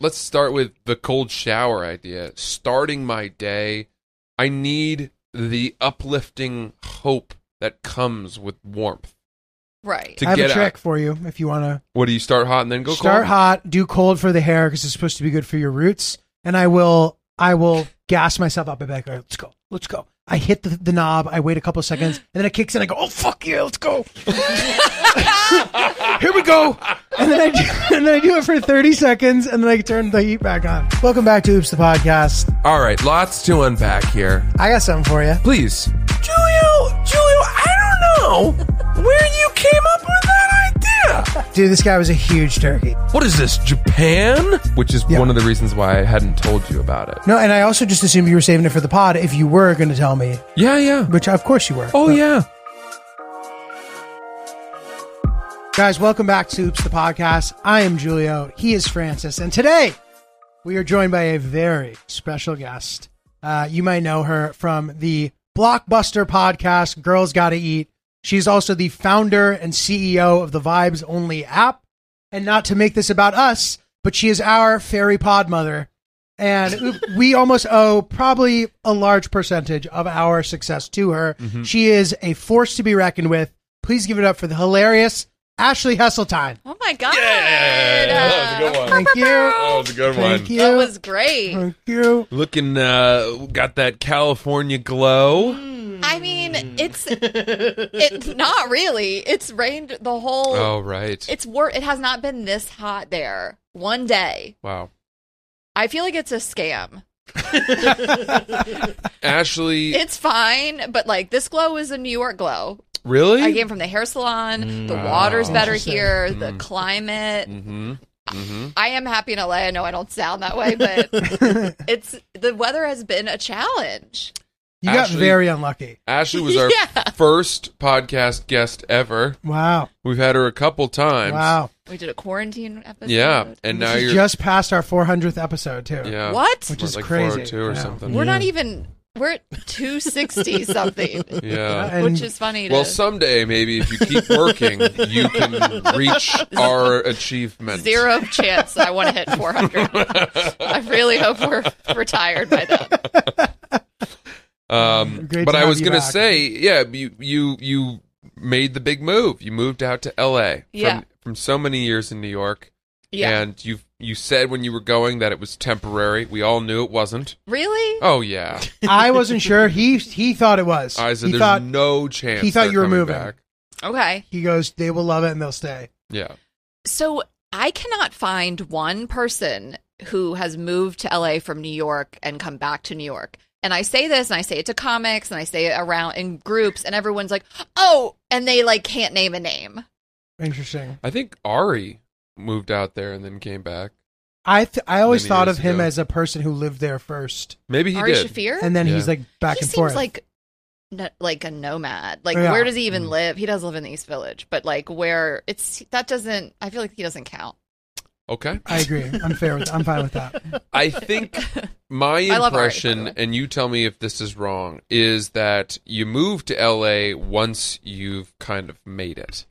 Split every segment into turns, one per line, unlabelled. let's start with the cold shower idea. Starting my day, I need the uplifting hope that comes with warmth.
Right.
To
I have
get
a trick
out.
for you if you want to
What do you start hot and then go
start
cold?
hot, do cold for the hair because it's supposed to be good for your roots. And I will, I will gas myself up. i back. All right, let's go, let's go. I hit the, the knob. I wait a couple of seconds, and then it kicks in. I go, oh fuck yeah, let's go. Here we go. And then I do, and then I do it for thirty seconds, and then I turn the heat back on. Welcome back to Oops the podcast.
All right, lots to unpack here.
I got something for you.
Please.
Julio, Julio, I don't know where you came up with that idea.
Dude, this guy was a huge turkey.
What is this, Japan?
Which is
Yeah.
one of the reasons why I hadn't told you about it.
No, and I also just assumed you were saving it for the pod if you were going to tell me,
Yeah, yeah.
which of course you were.
Oh, yeah.
Guys, welcome back to Oops the Podcast. I am Julio. He is Francis. And today we are joined by a very special guest. Uh, you might know her from the blockbuster podcast, Girls Gotta Eat. She's also the founder and CEO of the Vibes Only app. And not to make this about us, but she is our fairy pod mother. And we almost owe probably a large percentage of our success to her.
Mm-hmm.
She is a force to be reckoned with. Please give it up for the hilarious Ashley Hesseltine.
Oh my god.
that was a good
Oh.
one.
Thank you.
That was a good
Thank you.
That was great.
Thank you.
Looking, uh, got that California glow.
I mean,
Hmm.
it's it's not really. It's rained the whole.
Oh, right.
It's wor- It has not been this hot there one day.
Wow.
I feel like it's a scam.
Ashley,
It's fine, but like this glow is a New York glow.
really?
I came from the hair salon. The
Mm.
water's
Wow.
better
Interesting.
here. The
Mm.
climate.
mm-hmm. Mm-hmm.
I am happy in LA. I know I don't sound that way, but it's the weather has been a challenge.
You got
Ashley-
very unlucky.
Ashley was our
Yeah.
first podcast guest ever.
Wow.
We've had her a couple times.
Wow.
We did a quarantine episode.
Yeah, and now
this
you're
is just past our 400th episode, too.
yeah.
What?
Which
We're
is
like
crazy.
402 or
Yeah.
something.
We're not even. We're at 260 something,
Yeah.
And-
which is funny. To,
Well, someday maybe if you keep working, you can reach our achievement.
zero chance I want to hit 400. I really hope we're retired by then.
Um,
Great
but
to
I
have
was
you
gonna
back.
say, yeah, you you you made the big move. You moved out to L.A.
Yeah.
from from so many years in New York,
Yeah.
and you you said when you were going that it was temporary. We all knew it wasn't.
really?
Oh yeah,
I wasn't sure. He he thought it was.
I said
he
there's
thought
no chance.
he thought
they're
you were
coming
moving.
Back.
Okay.
he goes, they will love it and they'll stay.
Yeah,
So I cannot find one person who has moved to LA from New York and come back to New York. And I say this and I say it to comics and I say it around in groups and everyone's like, "Oh," and they like can't name a name.
Interesting.
I think Ari moved out there and then came back.
I th- I always
Many
thought
years
of him
ago.
as a person who lived there first,
Maybe he
Ari
did.
Shafir?
and then
Yeah.
he's like back
he
and
seems
forth.
like no, like a nomad. Like
Yeah.
where does he even live? He does live in the East Village, but like where it's that doesn't I feel like he doesn't count.
Okay.
I agree. I'm fair with. I'm fine with that.
I think my
I love Ari, by the
impression,
way.
and you tell me if this is wrong, is that you move to LA once you've kind of made it.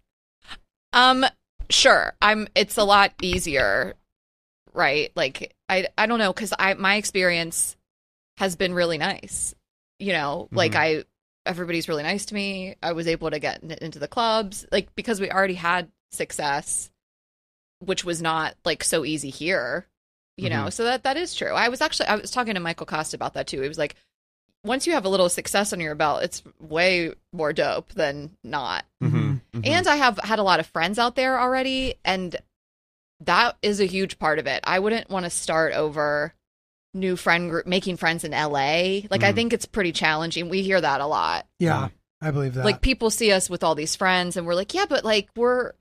Um sure. I'm it's a lot easier, right? Like I I don't know cuz I my experience has been really nice. You know, like I everybody's really nice to me. I was able to get in- into the clubs like because we already had success which was not like so easy here. You know, so that that is true. I was actually I was talking to Michael Costa about that too. He was like once you have a little success under your belt, it's way more dope than not
Mhm.
Mm-hmm.
and I have had a lot of friends out there already, and that is a huge part of it. I wouldn't want to start over new friend group making friends in LA. Like I
Mhm.
think it's pretty challenging. We hear that a lot.
Yeah, I believe that.
Like people see us with all these friends and we're like, "Yeah, but like we're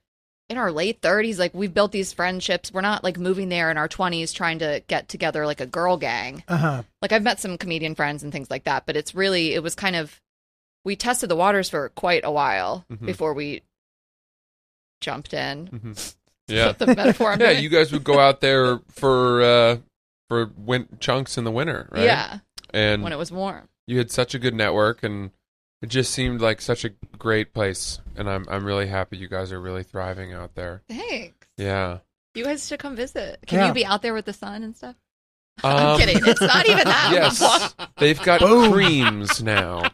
in our late 30s, like we've built these friendships. We're not like moving there in our 20s trying to get together like a girl gang."
uh huh.
like I've met some comedian friends and things like that, but it's really it was kind of we tested the waters for quite a while
Mhm.
before we jumped in.
Yeah.
Is that the metaphor. I'm
yeah,
doing?
you guys would go out there for uh for win- chunks in the winter, right?
yeah, when
And
it was warm.
you had such a good network and it just seemed like such a great place and I'm I'm really happy you guys are really thriving out there.
Thanks.
Yeah.
You guys should come visit. Can
Yeah.
you be out there with the sun and stuff? I'm
Um,
kidding. It's not even that.
Yes, they've got
Boom.
creams now.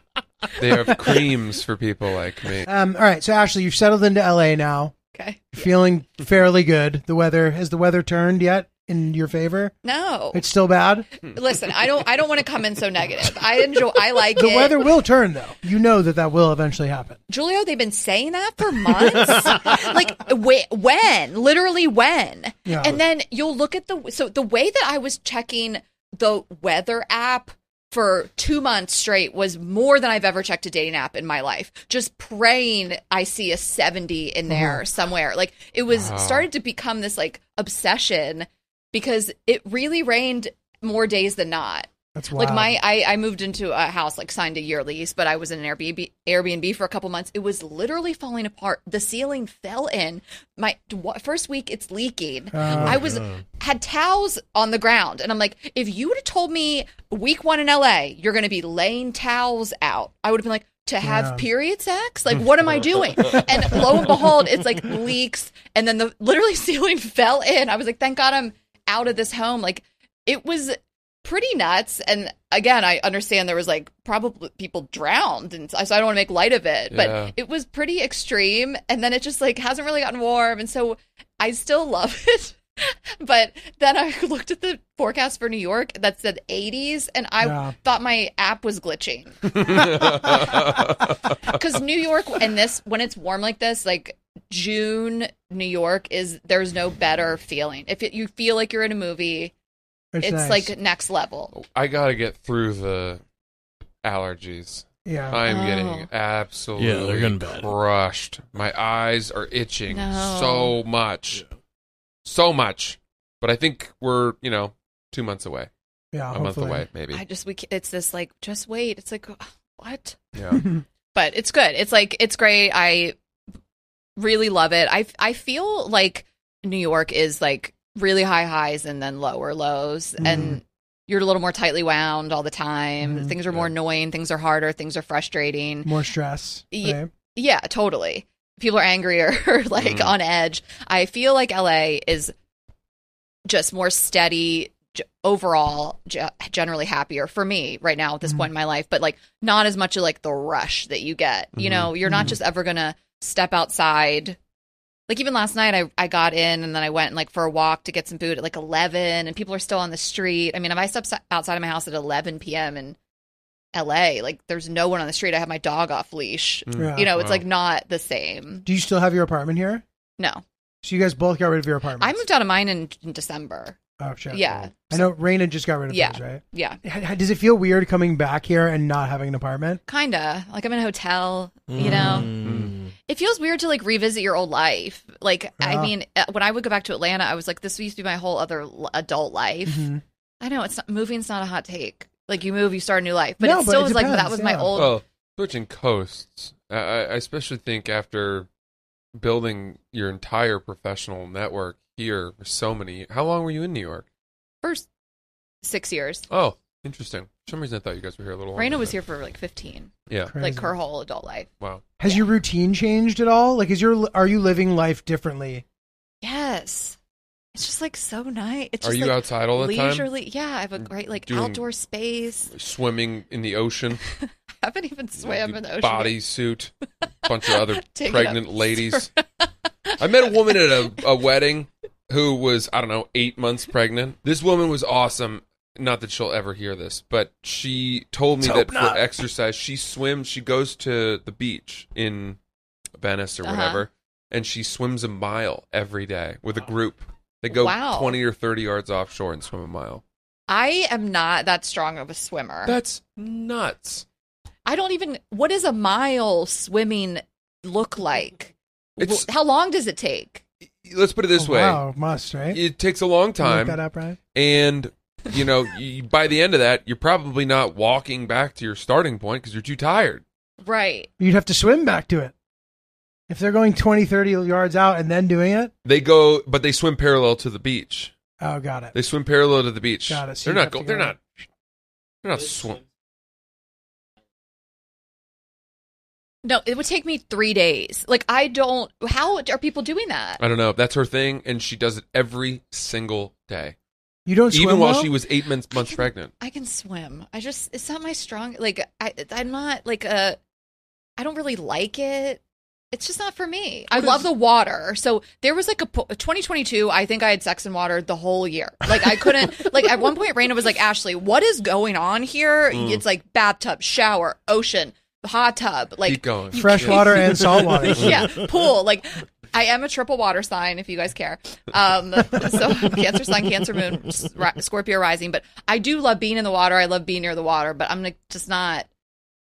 They have creams for people like me.
Um, all right. So Ashley, you've settled into LA now.
Okay.
You're feeling fairly good. The weather has the weather turned yet in your favor?
No.
It's still bad.
Listen, I don't. I don't want to come in so negative. I enjoy. I like
The
it.
weather will turn though. You know that that will eventually happen.
Julio, they've been saying that for months. like, wait, when? Literally when?
Yeah.
And then you'll look at the so the way that I was checking the weather app for two months straight was more than I've ever checked a dating app in my life. Just praying I see a seventy in there somewhere. Like it was
Wow.
started to become this like obsession because it really rained more days than not.
That's wild.
Like my, I, I moved into a house, like signed a year lease, but I was in an Airbnb, Airbnb for a couple months. It was literally falling apart. The ceiling fell in. My wa- first week, it's leaking. I was had towels on the ground, and I'm like, if you would have told me week one in LA, you're going to be laying towels out, I would have been like. To have
Yeah.
period sex? Like, what am I doing? And lo and behold, it's like leaks, and then the literally ceiling fell in. I was like, thank God I'm out of this home. Like, it was pretty nuts. And again, I understand there was like probably people drowned, and so so I don't want to make light of it,
Yeah.
but it was pretty extreme. And then it just like hasn't really gotten warm, and so I still love it. But then I looked at the forecast for New York that said 80s, and I
Yeah.
thought my app was glitching because New York and this when it's warm like this, like June, New York is there's no better feeling. If it, you feel like you're in a movie, it's
nice.
like next level.
I gotta get through the allergies.
yeah.
I'm
Oh.
getting absolutely
Yeah, they're getting bad.
crushed. My eyes are itching
No.
so much, so much. But I think we're you know two months away,
yeah.
a month
hopefully.
away maybe.
I just we c- it's this like just wait. It's like what?
yeah.
But it's good. It's like it's great. I really love it. I I feel like New York is like really high highs and then lower lows and you're a little more tightly wound all the time.
Mhm.
Things are more annoying, things are harder, things are frustrating.
More stress.
Ye-
right?
Yeah, totally. People are angrier, like
Mhm.
on edge. I feel like LA is just more steady g- overall, ge- generally happier for me right now at this point in my life, but like not as much of like the rush that you get. You
Mhm.
know, you're not
Mhm.
just ever going to step outside. Like even last night I, I got in and then I went like for a walk to get some food at like 11 and people are still on the street. I mean, if I step s- outside of my house at 11 p.m. in LA, like there's no one on the street. I have my dog off leash
Mm.
Yeah.
you know, it's
Wow.
like not the same.
Do you still have your apartment here?
No,
So you guys both got rid of your apartment.
I moved out of mine in, in December.
Oh shit.
Yeah,
I know Raina just got rid of
Yeah.
hers, right?
yeah,
H- h- Does it feel weird coming back here and not having an apartment?
kinda. Like I'm in a hotel. You know,
Mm.
it feels weird to like revisit your old life. Like
Yeah.
I mean, uh, when I would go back to Atlanta, I was like, this used to be my whole other l- adult life.
Mm-hmm.
Mhm.
I know it's not moving's not a hot take. Like you move, you start a new life, but
No,
it
but
still
it
was like
depends,
that was
yeah.
my old.
Well, switching coasts, I, I I especially think after building your entire professional network here for so many. How long were you in New York?
first six years.
Oh, interesting. For some reason, I thought you guys were here a little.
Raina
longer
was
than-
here for like 15,
Yeah.
Crazy.
like her whole adult life.
Wow.
Has your routine changed at all? Like, is your are you living life differently?
Yes. It's just like so nice. It's
Are
just
you
like,
outside all the time?
leisurely. Yeah, I have a great like
Doing-
outdoor space.
Swimming in the ocean.
I haven't even swam in the ocean.
Body suit, bunch of other
Taking
pregnant
up-
ladies. I met a woman at a, a wedding who was, I don't know, eight months pregnant. This woman was awesome. Not that she'll ever hear this, but she told me that
Let's hope not.
for exercise, she swims, she goes to the beach in Venice or
Uh-huh.
whatever, and she swims a mile every day with a group. They go
Wow.
20 or 30 yards offshore and swim a mile.
I am not that strong of a swimmer.
That's nuts.
I don't even. What does a mile swimming look like?
It's-
Wh- How long does it take?
Let's put it this
Oh,
way.
Wow, must right?
It takes a long
Can you look
time.
that up, Ryan.
and you know you, by the end of that you're probably not walking back to your starting point because you're too tired
Right.
You'd have to swim back to it. If they're going 20, 30 yards out and then doing it,
they go but they swim parallel to the beach
oh, got it.
they swim parallel to the beach
Got it. So
they're
you
not
have to
go, they're
go-
not they're not swim
No, it would take me three days. Like I don't. How are people doing that?
I don't know. That's her thing, and she does it every single day,
You don't swim
even while
well?
she was eight months, months pregnant.
I can swim. I just it's not my strong. Like I I'm not like a. I don't really like it. It's just not for me. I love the water. So there was like a po- 2022. I think I had sex and water the whole year. Like I couldn't. like at one point, Raina was like, "Ashley, what is going on here?
Mm.
It's like bathtub, shower, ocean, hot tub. Like
Keep going.
fresh water and salt water.
yeah, pool. Like I am a triple water sign, if you guys care. Um, so Cancer Sun, Cancer Moon, S- Ri- Scorpio Rising. But I do love being in the water. I love being near the water. But I'm like, just not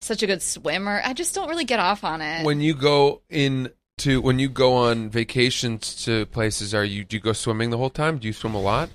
such a good swimmer. I just don't really get off on it.
When you go in to when you go on vacations to places, are you do you go swimming the whole time? Do you swim a lot?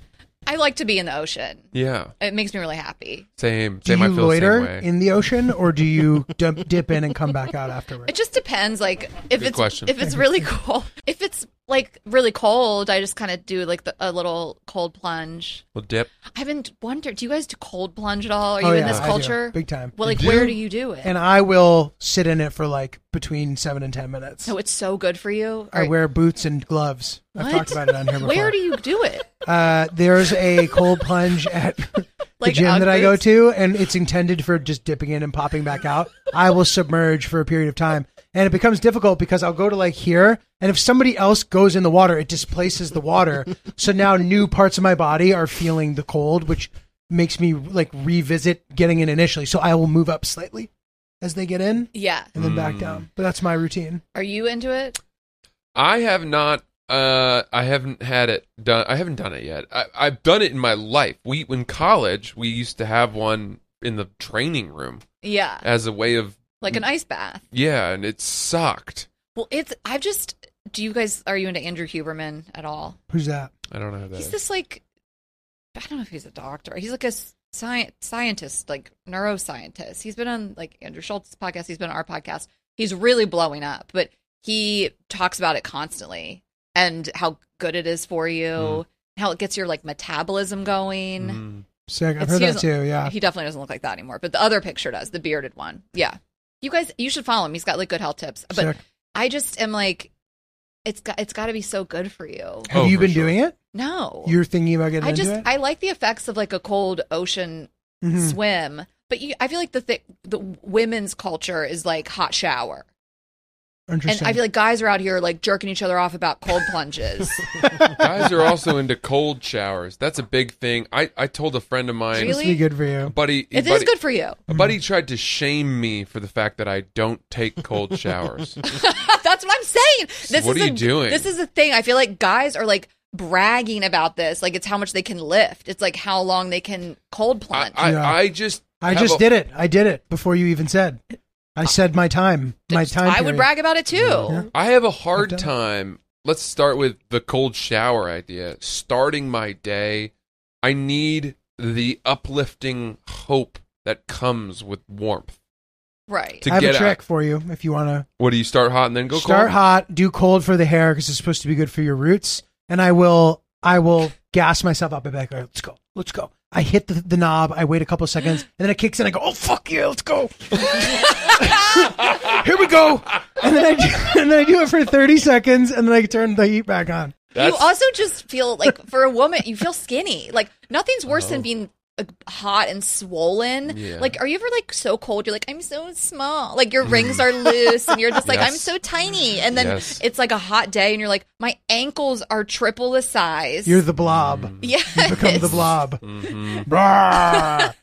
I like to be in the ocean.
Yeah,
It makes me really happy.
same.
Do
Same.
you
I feel
loiter
the same way.
in the ocean, or do you d- dip in and come back out afterwards?
It just depends. Like if
Good
it's
question.
if it's really cold, if it's like really cold, I just kind of do like the, a little cold plunge.
Well, dip.
I haven't wondered. Do you guys do cold plunge at all? Are you
Oh,
in
yeah,
this
I do.
culture?
big time?
Well,
You
like
do?
where do you do it?
and I will sit in it for like between seven and ten minutes.
So it's so good for you.
I
Or-
wear boots and gloves. I've
Oh, What?
talked about it on here before.
Where do you do it?
uh, there's a cold plunge at the
Like
gym
Ugg
that I go
boots?
to, and it's intended for just dipping in and popping back out. I will submerge for a period of time, and it becomes difficult because I'll go to like here, and if somebody else goes in the water, it displaces the water. so now new parts of my body are feeling the cold, which makes me like revisit getting in initially. So I will move up slightly as they get in
Yeah.
and then back
Mm.
down. But that's my routine.
Are you into it?
I have not. Uh, I haven't had it done. I haven't done it yet. I, I've done it in my life. We in college, we used to have one in the training room
Yeah.
as a way of
Like an ice bath.
yeah, and it sucked.
Well, it's I've just do you guys are you into Andrew Huberman at all?
Who's that?
I don't know how that
He's
is.
this like I don't know if he's a doctor. He's like a sci- scientist, like neuroscientist. He's been on like Andrew Schultz's podcast, he's been on our podcast. He's really blowing up, but he talks about it constantly and how good it is for you, how it gets your like metabolism going.
Mm.
Sick. I've
It's
heard that
usu-
too. Yeah.
He definitely doesn't look like that anymore, but the other picture does, the bearded one. Yeah. You guys, you should follow him. He's got like good health tips. But
Sick.
I just am like, it's got it's got to be so good for you.
Have
Oh,
you
for
been
sure.
doing it?
No,
You're thinking about getting
I
into
just
it?
I like the effects of like a cold ocean
Mhm.
swim, but you, I feel like the thi- the women's culture is like hot shower, and
Interesting.
I feel like guys are out here like jerking each other off about cold plunges.
Mm. Guys are also into cold showers. That's a big thing. I, I told a friend of mine,
Really?
Must be good for
a
you.
buddy, a
It is
buddy,
good for you.
a buddy tried to shame me for the fact that I don't take cold showers.
That's what I'm saying. This
what
is
are
a-
you doing?
This is the thing. I feel like guys are like bragging about this. Like it's how much they can lift. It's like how long they can cold
I,
plunge.
I,
Yeah.
I just
I
have
just
a-
did it. I did it before you even said.
Uh,
I said my time. My time.
I would
period.
brag about it too.
I have a hard
I've done
time. Let's start with the cold shower idea. Starting my day, I need the uplifting hope that comes with warmth.
Right.
To
I have
get
a trick
out.
for you if you want
What do you start hot and then
to
go
start
cold?
hot, do cold for the hair because it's supposed to be good for your roots. And I will, I will gas myself up and be like, "All right, let's go, let's go. I hit the, the knob. I wait a couple seconds, and then it kicks in. I go, oh fuck yeah, let's go. Here we go. And then I do, and then I do it for thirty seconds, and then I turn the heat back on.
That's-
you also just feel like for a woman, you feel skinny. Like nothing's worse than being uh, hot and swollen.
Oh. Yeah.
Like, are you ever like so cold? You're like, I'm so small. Like your rings are loose, and you're just like,
Yes.
I'm so tiny. And then
Yes.
it's like a hot day, and you're like, my ankles are triple the size.
You're the blob.
yeah.
Become the blob.
Mhm.
Brrr.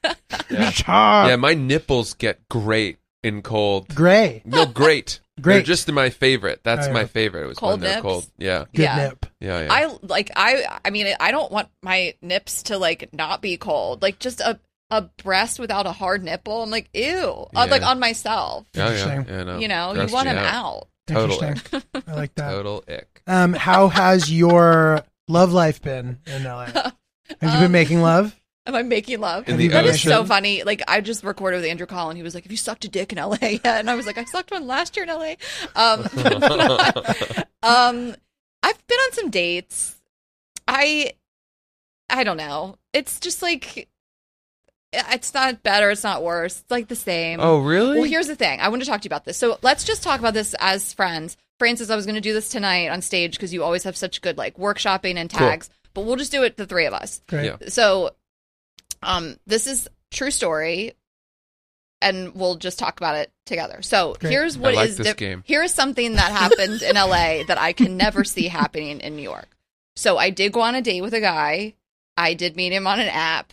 Yeah.
It's hard.
yeah, my nipples get great in cold.
Gray.
No, great.
Great.
They're just my favorite. That's
Oh, yeah.
my favorite. It was
Cold
when they're
nips?
cold. Yeah.
Good
Yeah.
nip.
Yeah. yeah.
I like I I mean I don't want my nips to like not be cold. Like just a a breast without a hard nipple. I'm like ew. I'm like
Yeah.
on myself.
Oh, yeah.
Interesting.
yeah no.
You know,
Grossed
you want
me
them out.
Total ick.
Interesting. I like that.
Total ick.
Um, how has your love life been in LA? Have you been
Um,
making love?
Am I making love?
In
the
that is
ocean?
so funny. Like I just recorded with Andrew Collin. He was like, "Have you sucked a dick in LA yet?" And I was like, "I sucked one last year in LA." Um, um, I've been on some dates. I, I don't know. It's just like it's not better. It's not worse. It's like the same.
Oh, really?
Well, here's the thing. I want to talk to you about this. So let's just talk about this as friends. Francis, I was going to do this tonight on stage because you always have such good like workshopping and
Cool.
tags, but we'll just do it the three of us.
Great.
Yeah.
So, um, this is true story, and we'll just talk about it together. So
Great.
here's what is
like this
diff-
game.
Here is something that happened in LA that I can never see happening in New York. So I did go on a date with a guy. I did meet him on an app.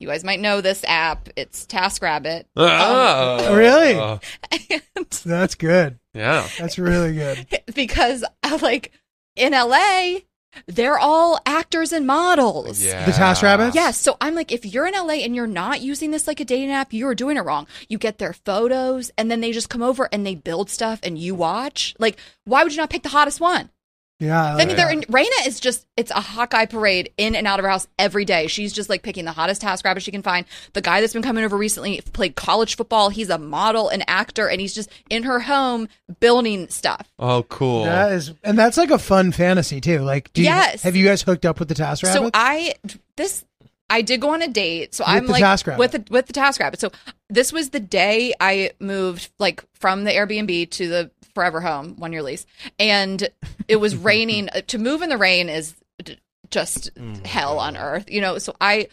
You guys might know this app. It's TaskRabbit.
Ah.
Really?
Oh,
And
That's good.
yeah.
That's really good.
because uh, like in LA, they're all actors and models.
Yeah.
The Task Rabbits?
Yes. So I'm like, if you're in LA and you're not using this like a dating app, you're doing it wrong. You get their photos and then they just come over and they build stuff and you watch. Like, why would you not pick the hottest one?
Oh, Yeah. I
I
like
mean,
that.
they're in, Raina is just, it's a Hawkeye parade in and out of her house every day. She's just like picking the hottest task rabbit she can find. The guy that's been coming over recently played college football. He's a model, an actor, and he's just in her home building stuff.
Oh, cool.
That is, and that's like a fun fantasy too. Like, do you,
Yes.
have you guys hooked up with the Task Rabbit?
So I this I did go on a date. So
With
I'm
the
like
Task Rabbit.
with the with the task rabbit. So this was the day I moved like from the Airbnb to the forever home, one year lease, and it was raining. to move in the rain is d- just
Oh
hell on earth, you know. So I,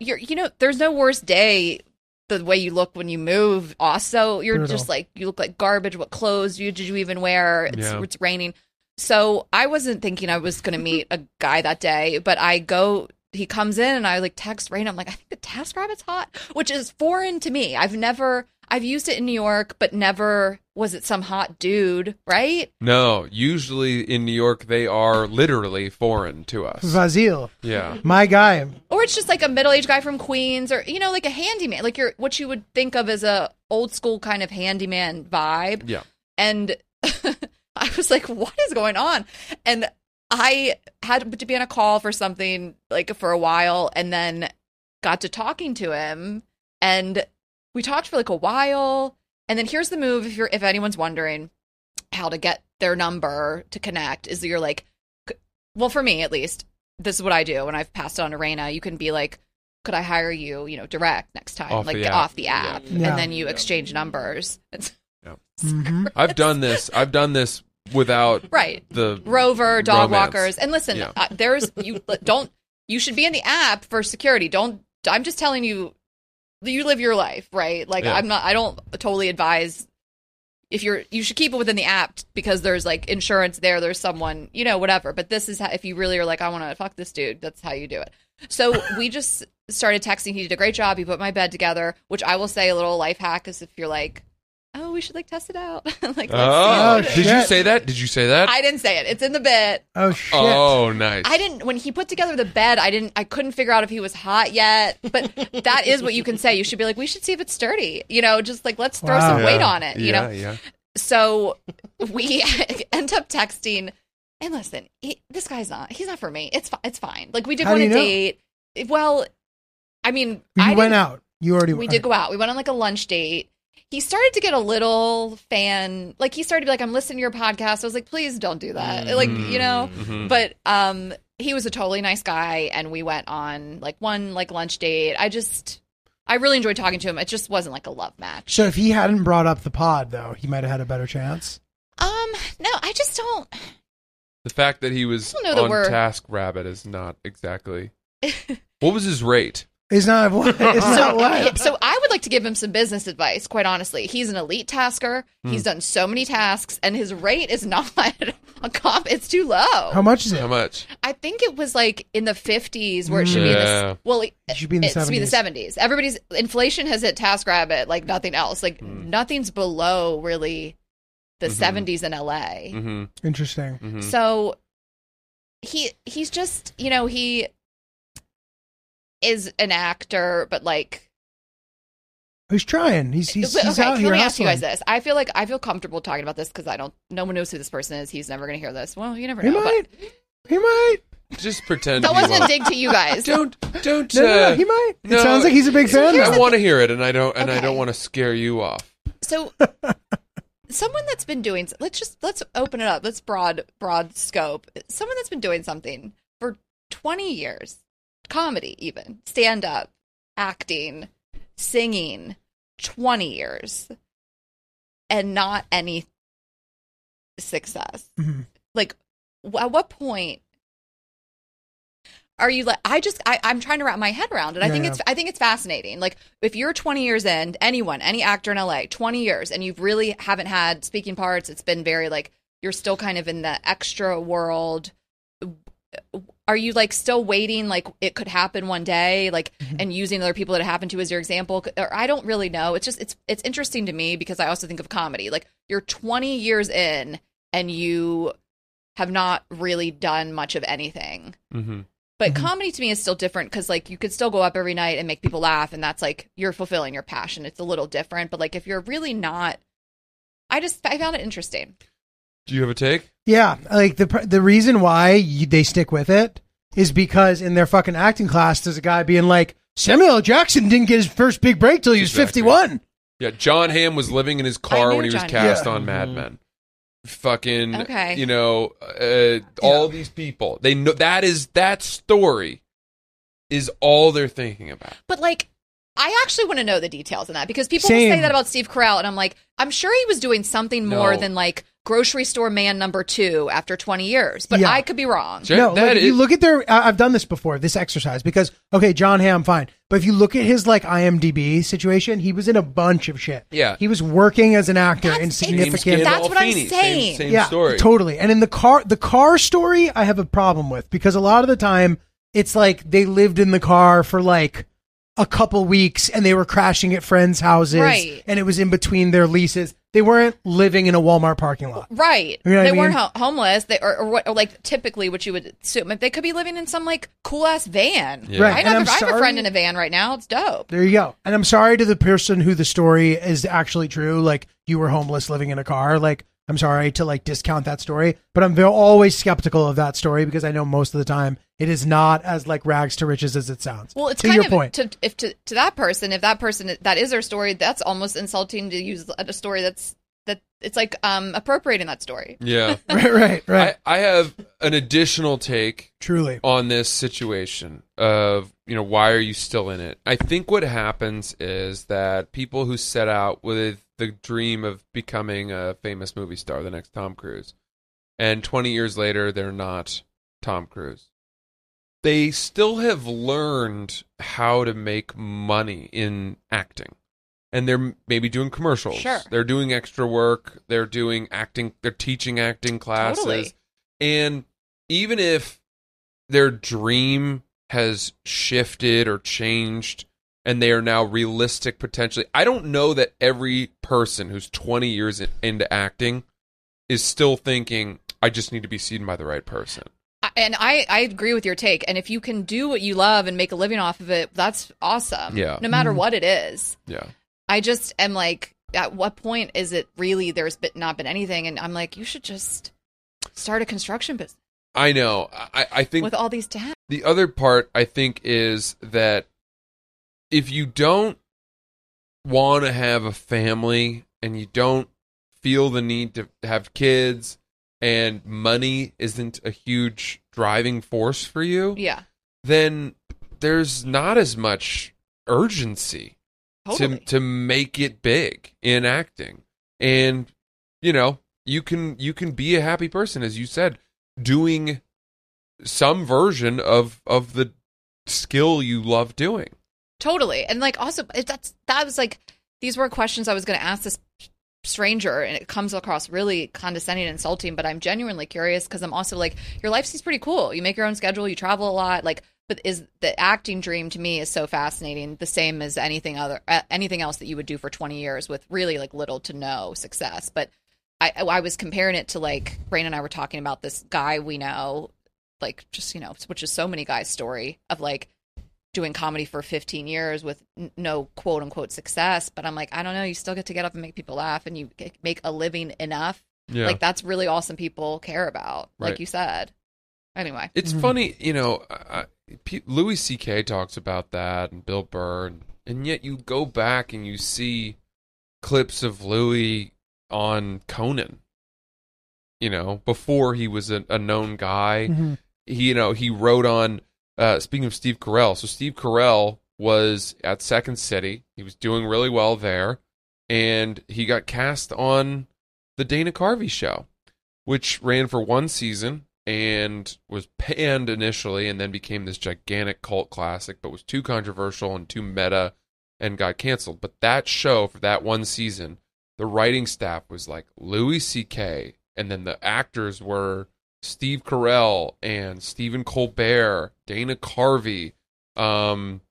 you're you know, there's no worse day. The way you look when you move, also, you're
Brutal.
just like you look like garbage. What clothes you did you even wear? It's,
Yeah.
it's raining. So I wasn't thinking I was going to meet a guy that day, but I go. He comes in and I like text Rain. I'm like, I think the Task Rabbit's hot, which is foreign to me. I've never, I've used it in New York, but never was it some hot dude, right?
No, usually in New York they are literally foreign to us.
Vazil,
Yeah.
my guy.
Or it's just like a middle aged guy from Queens, or you know, like a handyman, like you're what you would think of as a old school kind of handyman vibe.
Yeah.
and I was like, "What is going on?" And I had to be on a call for something like for a while, and then got to talking to him, and we talked for like a while. And then here's the move: if you're if anyone's wondering how to get their number to connect, is that you're like, c- well, for me at least, this is what I do, and I've passed it on to Raina. You can be like. Could I hire you, you know, direct next time,
Off
like
the app.
off the app,
Yeah.
and then you exchange numbers. It's,
Mhm.
I've done this. I've done this without
right.
the
Rover, dog
Romance.
walkers, and listen,
Yeah.
uh, there's you don't you should be in the app for security. Don't I'm just telling you, you live your life, right? Like
Yeah.
I'm not, I don't totally advise if you're you should keep it within the app because there's like insurance there, there's someone you know whatever. But this is how, if you really are like I want to fuck this dude, that's how you do it. So we just started texting. He did a great job. He put my bed together, which I will say a little life hack is if you're like. Oh, we should like test it out. like, let's see
Oh,
what it
did you
shit.
say that? Did you say that?
I didn't say it. It's in the bit.
Oh shit!
oh, nice.
I didn't when he put together the bed, I didn't I couldn't figure out if he was hot yet. But that is what you can say. You should be like, we should see if it's sturdy. You know, just like let's throw
Wow.
some
Yeah.
weight on it, you
yeah,
know.
Yeah.
So we end up texting and listen, he, this guy's not he's not for me. It's fi- it's fine. Like we did
How
go on
do
a
you know?
date. It- Well, I mean,
you
I
went
didn't-
out. You already.
we did go out. We went on like a lunch date. He started to get a little fan, like he started to be like, "I'm listening to your podcast." I was like, "Please don't do that," like you know.
Mhm.
But um, he was a totally nice guy, and we went on like one like lunch date. I just, I really enjoyed talking to him. It just wasn't like a love match.
So if he hadn't brought up the pod, though, he might have had a better chance.
Um, no, I just don't.
the fact that he was
I don't know the
on
word.
Task Rabbit is not exactly. what was his rate?
It's not what. It's not what.
So I would like to give him some business advice. Quite honestly, he's an elite tasker. He's done so many tasks, and his rate is not a comp. It's too low.
How much is it?
How much?
I think it was like in the 50s where it should be in
Yeah.
the well, it,
It should be in the
it should be the 70s. Everybody's inflation has hit TaskRabbit like nothing else. Like nothing's below really the 70s in LA.
hmm
Interesting.
hmm
So he he's just, you know, he is an actor, but like
He's trying. He's he's,
But,
he's
okay,
out
let
here
me ask you guys
hustling.
this. I feel like I feel comfortable talking about this because I don't. No one knows who this person is. He's never going to hear this. Well, you never
He
know.
might. He might.
Just pretend.
But that
he
wasn't a
won't.
dig to you guys.
Don't don't.
No, no,
uh,
no, he might. it
no,
sounds like he's a big fan.
I
though.
want to hear it, and I don't, and I
Okay.
don't want to scare you off.
So, someone that's been doing let's just let's open it up. Let's broad broad scope. Someone that's been doing something for 20 years, comedy even, stand up, acting, singing 20 years and not any success.
Mhm.
Like, wh- at what point are you like? I just I, I'm trying to wrap my head around it. I
Yeah,
think
yeah.
it's I think it's fascinating. Like, if you're 20 years in, anyone, any actor in LA, 20 years, and you've really haven't had speaking parts, it's been very like you're still kind of in the extra world are you like still waiting like it could happen one day like
Mm-hmm.
and using other people that it happened to as your example or i don't really know it's just it's it's interesting to me because i also think of comedy like you're 20 years in and you have not really done much of anything
Mm-hmm.
but
Mhm.
comedy to me is still different because like you could still go up every night and make people laugh and that's like you're fulfilling your passion it's a little different but like if you're really not i just i found it interesting
Do you have a take?
Yeah, like the pr- the reason why you, they stick with it is because in their fucking acting class, there's a guy being like, Samuel L. Jackson didn't get his first big break till he was
Exactly.
51.
Yeah, John Hamm was living in his car
knew
when he was
John Mm-hmm.
cast
Hamm.
on Mad Men. Fucking,
Okay.
you know, uh, all these people. They know that is that story is all they're thinking about.
But like, I actually want to know the details in that because people
Same.
will say that about Steve Carell, and I'm like, I'm sure he was doing something more
No.
than like grocery store man number two after 20 years, but
Yeah.
I could be wrong.
Sure.
no,
that
like, if you
is-
look at their. I- I've done this before, this exercise, because okay, John Hamm, fine, but if you look at his like IMDb situation, he was in a bunch of shit.
Yeah.
he was working as an actor
That's-
in
it's-
significant.
that's what I'm
Gandolfini, Same,
saying.
same
yeah,
story.
Totally. And in the car, the car story, I have a problem with because a lot of the time it's like they lived in the car for like a couple weeks and they were crashing at friends' houses,
Right.
And it was in between their leases. They weren't living in a Walmart parking lot.
Right.
You know what
they
I
weren't
mean?
ho- homeless. They or, or what or like typically what you would assume if they could be living in some like cool ass van.
Yeah. Right.
I,
And
know
I'm
if I have a
sorry-
friend in a van right now. It's dope.
There you go. And I'm sorry to the person who the story is actually true. Like you were homeless living in a car. Like I'm sorry to like discount that story, but I'm ve- always skeptical of that story because I know most of the time it is not as like rags to riches as it sounds.
Well, it's
to
kind
your
of
point.
to if to, to that person, if that person that is their story, that's almost insulting to use a story that's that it's like um appropriating that story.
Yeah.
right, right, right.
I, Oh, I have an additional take
Truly.
on this situation of you know why are you still in it i think what happens is that people who set out with the dream of becoming a famous movie star the next tom cruise and 20 years later they're not tom cruise they still have learned how to make money in acting and they're m- maybe doing commercials
Sure.
they're doing extra work they're doing acting they're teaching acting classes
Totally.
and even if their dream has shifted or changed and they are now realistic potentially. I don't know that every person who's 20 years in, into acting is still thinking, I just need to be seen by the right person.
I- and I, I agree with your take. And if you can do what you love and make a living off of it, that's awesome.
Yeah.
No
Mm-hmm.
matter what it is.
Yeah.
I just am like, at what point is it really there's been, not been anything? And I'm like, you should just start a construction business
I know. I, I think
with all these tabs.
The other part I think is that if you don't want to have a family and you don't feel the need to have kids and money isn't a huge driving force for you,
Yeah.
then there's not as much urgency
Totally.
to to make it big in acting. And you know, you can you can be a happy person as you said doing some version of of the skill you love doing.
Totally. And like also it- that's that was like these were questions I was going to ask this stranger and it comes across really condescending and insulting, but I'm genuinely curious cuz I'm also like your life seems pretty cool. You make your own schedule, you travel a lot, like but is the acting dream to me is so fascinating, the same as anything other uh, anything else that you would do for 20 years with really like little to no success. But I I was comparing it to like Rain and I were talking about this guy we know like just you know which is so many guys story of like doing comedy for 15 years with n- no quote unquote success but i'm like i don't know you still get to get up and make people laugh and you g- make a living enough
Yeah.
like that's really all some people care about
Right.
like you said anyway
It's funny, you know. I, P, Louis C.K. talks about that, and Bill Burr, and, and yet you go back and you see clips of Louis on Conan. You know, before he was a, a known guy,
Mhm.
he you know he wrote on. Uh, speaking of Steve Carell, so Steve Carell was at Second City. He was doing really well there, and he got cast on the Dana Carvey show, which ran for one season and was panned initially, and then became this gigantic cult classic, but was too controversial and too meta, and got canceled. But that show for that one season, the writing staff was like Louis C.K. and then the actors were Steve Carell and Stephen Colbert, Dana Carvey. Um,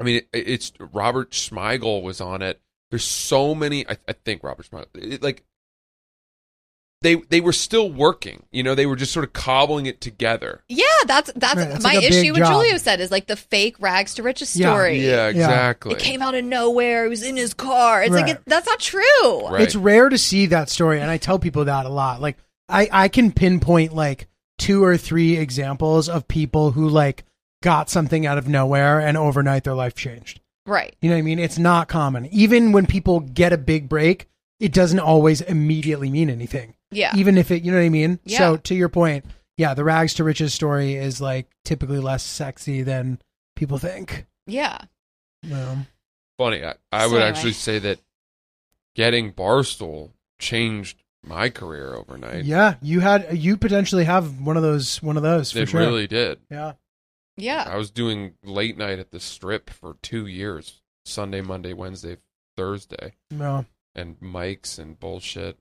I mean, it, it's Robert Schmeigel was on it. There's so many. I, I think Robert Schmeigel. It, like they they were still working. You know, they were just sort of cobbling it together.
Yeah, that's that's,
Right, that's
my
like a big
issue. What
job.
Julio said is like the fake rags to riches
Yeah.
story.
Yeah, exactly.
It came out of nowhere. It was in his car. It's
Right.
like it, that's not true.
Right.
It's rare to see that story, and I tell people that a lot. Like I, I can pinpoint like two or three examples of people who like got something out of nowhere and overnight their life changed.
Right.
You know what I mean? It's not common. Even when people get a big break, it doesn't always immediately mean anything.
Yeah.
Even if it, you know what I mean?
Yeah.
So to your point, yeah, the rags to riches story is like typically less sexy than people think.
yeah.
Um,
funny. I, I
So
would
anyway.
actually say that getting Barstool changed my career overnight.
yeah, you had you potentially have one of those one of those for
it
sure.
really did.
yeah.
Yeah.
I was doing late night at the strip for two years Sunday, Monday, Wednesday, Thursday,
No.
and mics and bullshit.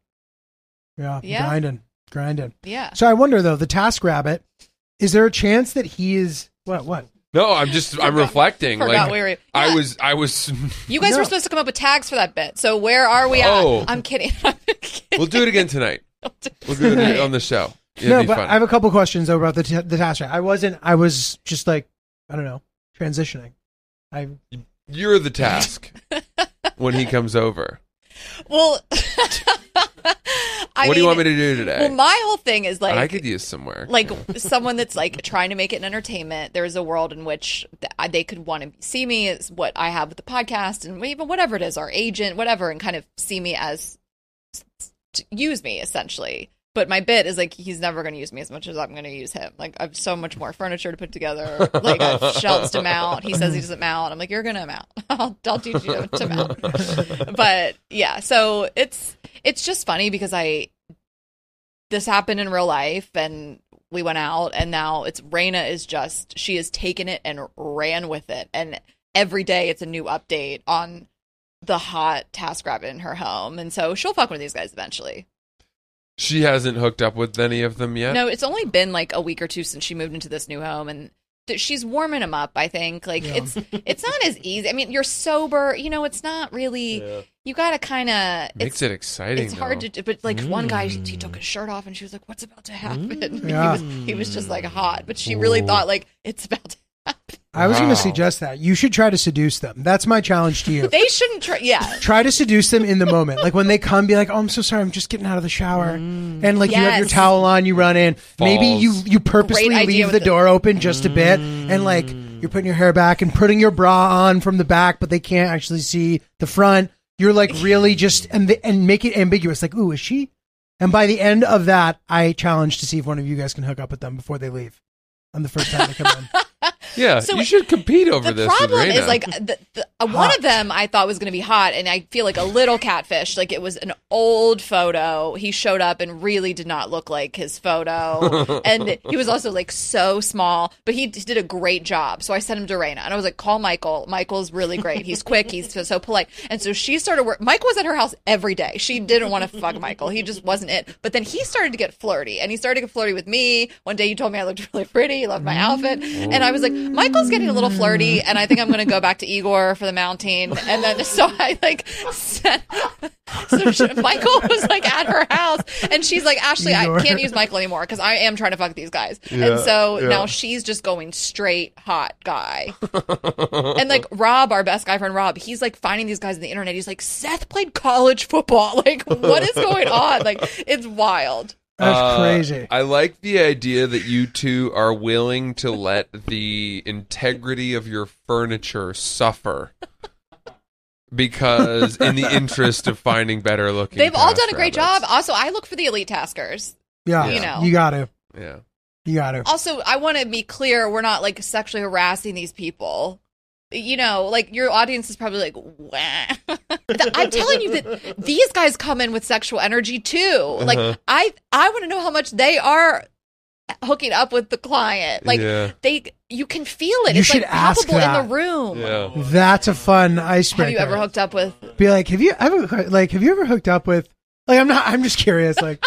Yeah,
Yeah.
grinding, grinding.
Yeah.
So I wonder though, the Task Rabbit, is there a chance that he is what? What?
No, I'm just, I'm reflecting.
Forgot
like,
we were- yeah.
I was, I was,
You guys
No.
were supposed to come up with tags for that bit. So where are we at?
Oh.
I'm kidding. I'm kidding.
we'll do it again tonight. We'll do it again on the show. It'll
no,
be
but
fun.
I have a couple questions though about the t- the Task Rabbit. I wasn't. I was just like I don't know, transitioning. I
You're the task when he comes over.
well, I
what
mean,
do you want me to do today?
Well, my whole thing is like
I could use some work.
like someone that's like trying to make it an entertainment there's a world in which th- I- they could want to see me is what i have with the podcast and even whatever it is our agent whatever and kind of see me as to use me essentially but my bit is like he's never going to use me as much as i'm going to use him like i've so much more furniture to put together like i've shelves to mount he says he doesn't mount i'm like you're going to mount I'll, I'll teach you to mount but yeah so it's it's just funny because i this happened in real life and we went out and now it's Raina is just she has taken it and ran with it and every day it's a new update on the hot task rabbit in her home and so she'll fuck with these guys eventually.
She hasn't hooked up with any of them yet.
No, it's only been like a week or two since she moved into this new home and th- she's warming him up, I think. Like
Yeah.
it's it's not as easy. I mean, you're sober, you know, it's not really you got to kind of
Makes
it's
it exciting.
it's hard
though. Hmm.
to do, but like one guy, he took his shirt off, and she was like, "What's about to happen?"
Yeah.
He was he was just like hot, but she really thought like it's about. to happen.
I was
Wow.
going to suggest that you should try to seduce them. That's my challenge to you.
They shouldn't try. Yeah,
try to seduce them in the moment. Like when they come, be like, "Oh, I'm so sorry. I'm just getting out of the shower," and like you have your
Mm. Yes.
towel on, you run in. Maybe you
Falls. Mm.
you purposely
Great idea with
leave the
the-
door open just a bit, and like you're putting your hair back and putting your bra on from the back, but they can't actually see the front. You're like really just and the, and make it ambiguous. Like, "Ooh, is she?" And by the end of that, I challenge to see if one of you guys can hook up with them before they leave on the first time they come in.
Yeah,
So
you should compete over
the
this.
problem
with Raina.
is like the, the, uh, one of them I thought was going to be hot, and I feel like a little catfish. Like it was an old photo. He showed up and really did not look like his photo, and he was also like so small. But he d- did a great job. So I sent him to Raina, and I was like, "Call Michael. Michael's really great. He's quick. He's so, so polite." And so she started. Work- Mike was at her house every day. She didn't want to fuck Michael. He just wasn't it. But then he started to get flirty, and he started to get flirty with me. One day, you told me I looked really pretty. You loved my outfit, and I was like, "Michael's getting a little flirty," and I think I'm going to go back to Igor for the mountain. And then so I like sent. So she, Michael was like at her house, and she's like, "Ashley,
Igor.
I can't use Michael anymore because I am trying to fuck these guys."
Yeah,
and so
yeah.
now she's just going straight hot guy. And like Rob, our best guy friend Rob, he's like finding these guys on the internet. He's like, Seth played college football. Like, what is going on? Like, it's wild.
That's
Uh,
crazy.
I like the idea that you two are willing to let the integrity of your furniture suffer because, in the interest of finding better looking,
They've all
task
done a great job.
rabbits.
Also, I look for the elite taskers.
yeah,
you
know.
you got to,
Yeah,
you got to.
Also, I want to be clear we're not like sexually harassing these people. you know, like your audience is probably like, "Wah." Th- I'm telling you that these guys come in with sexual energy too. Like
Uh-huh.
I I want to know how much they are hooking up with the client. Like
Yeah.
they you can feel it.
You
it's
should
like
ask
palpable in
that.
the room.
Yeah.
That's a fun icebreaker.
Oh. Have you ever hooked up with
Be like, have you ever like have you ever hooked up with like I'm not I'm just curious like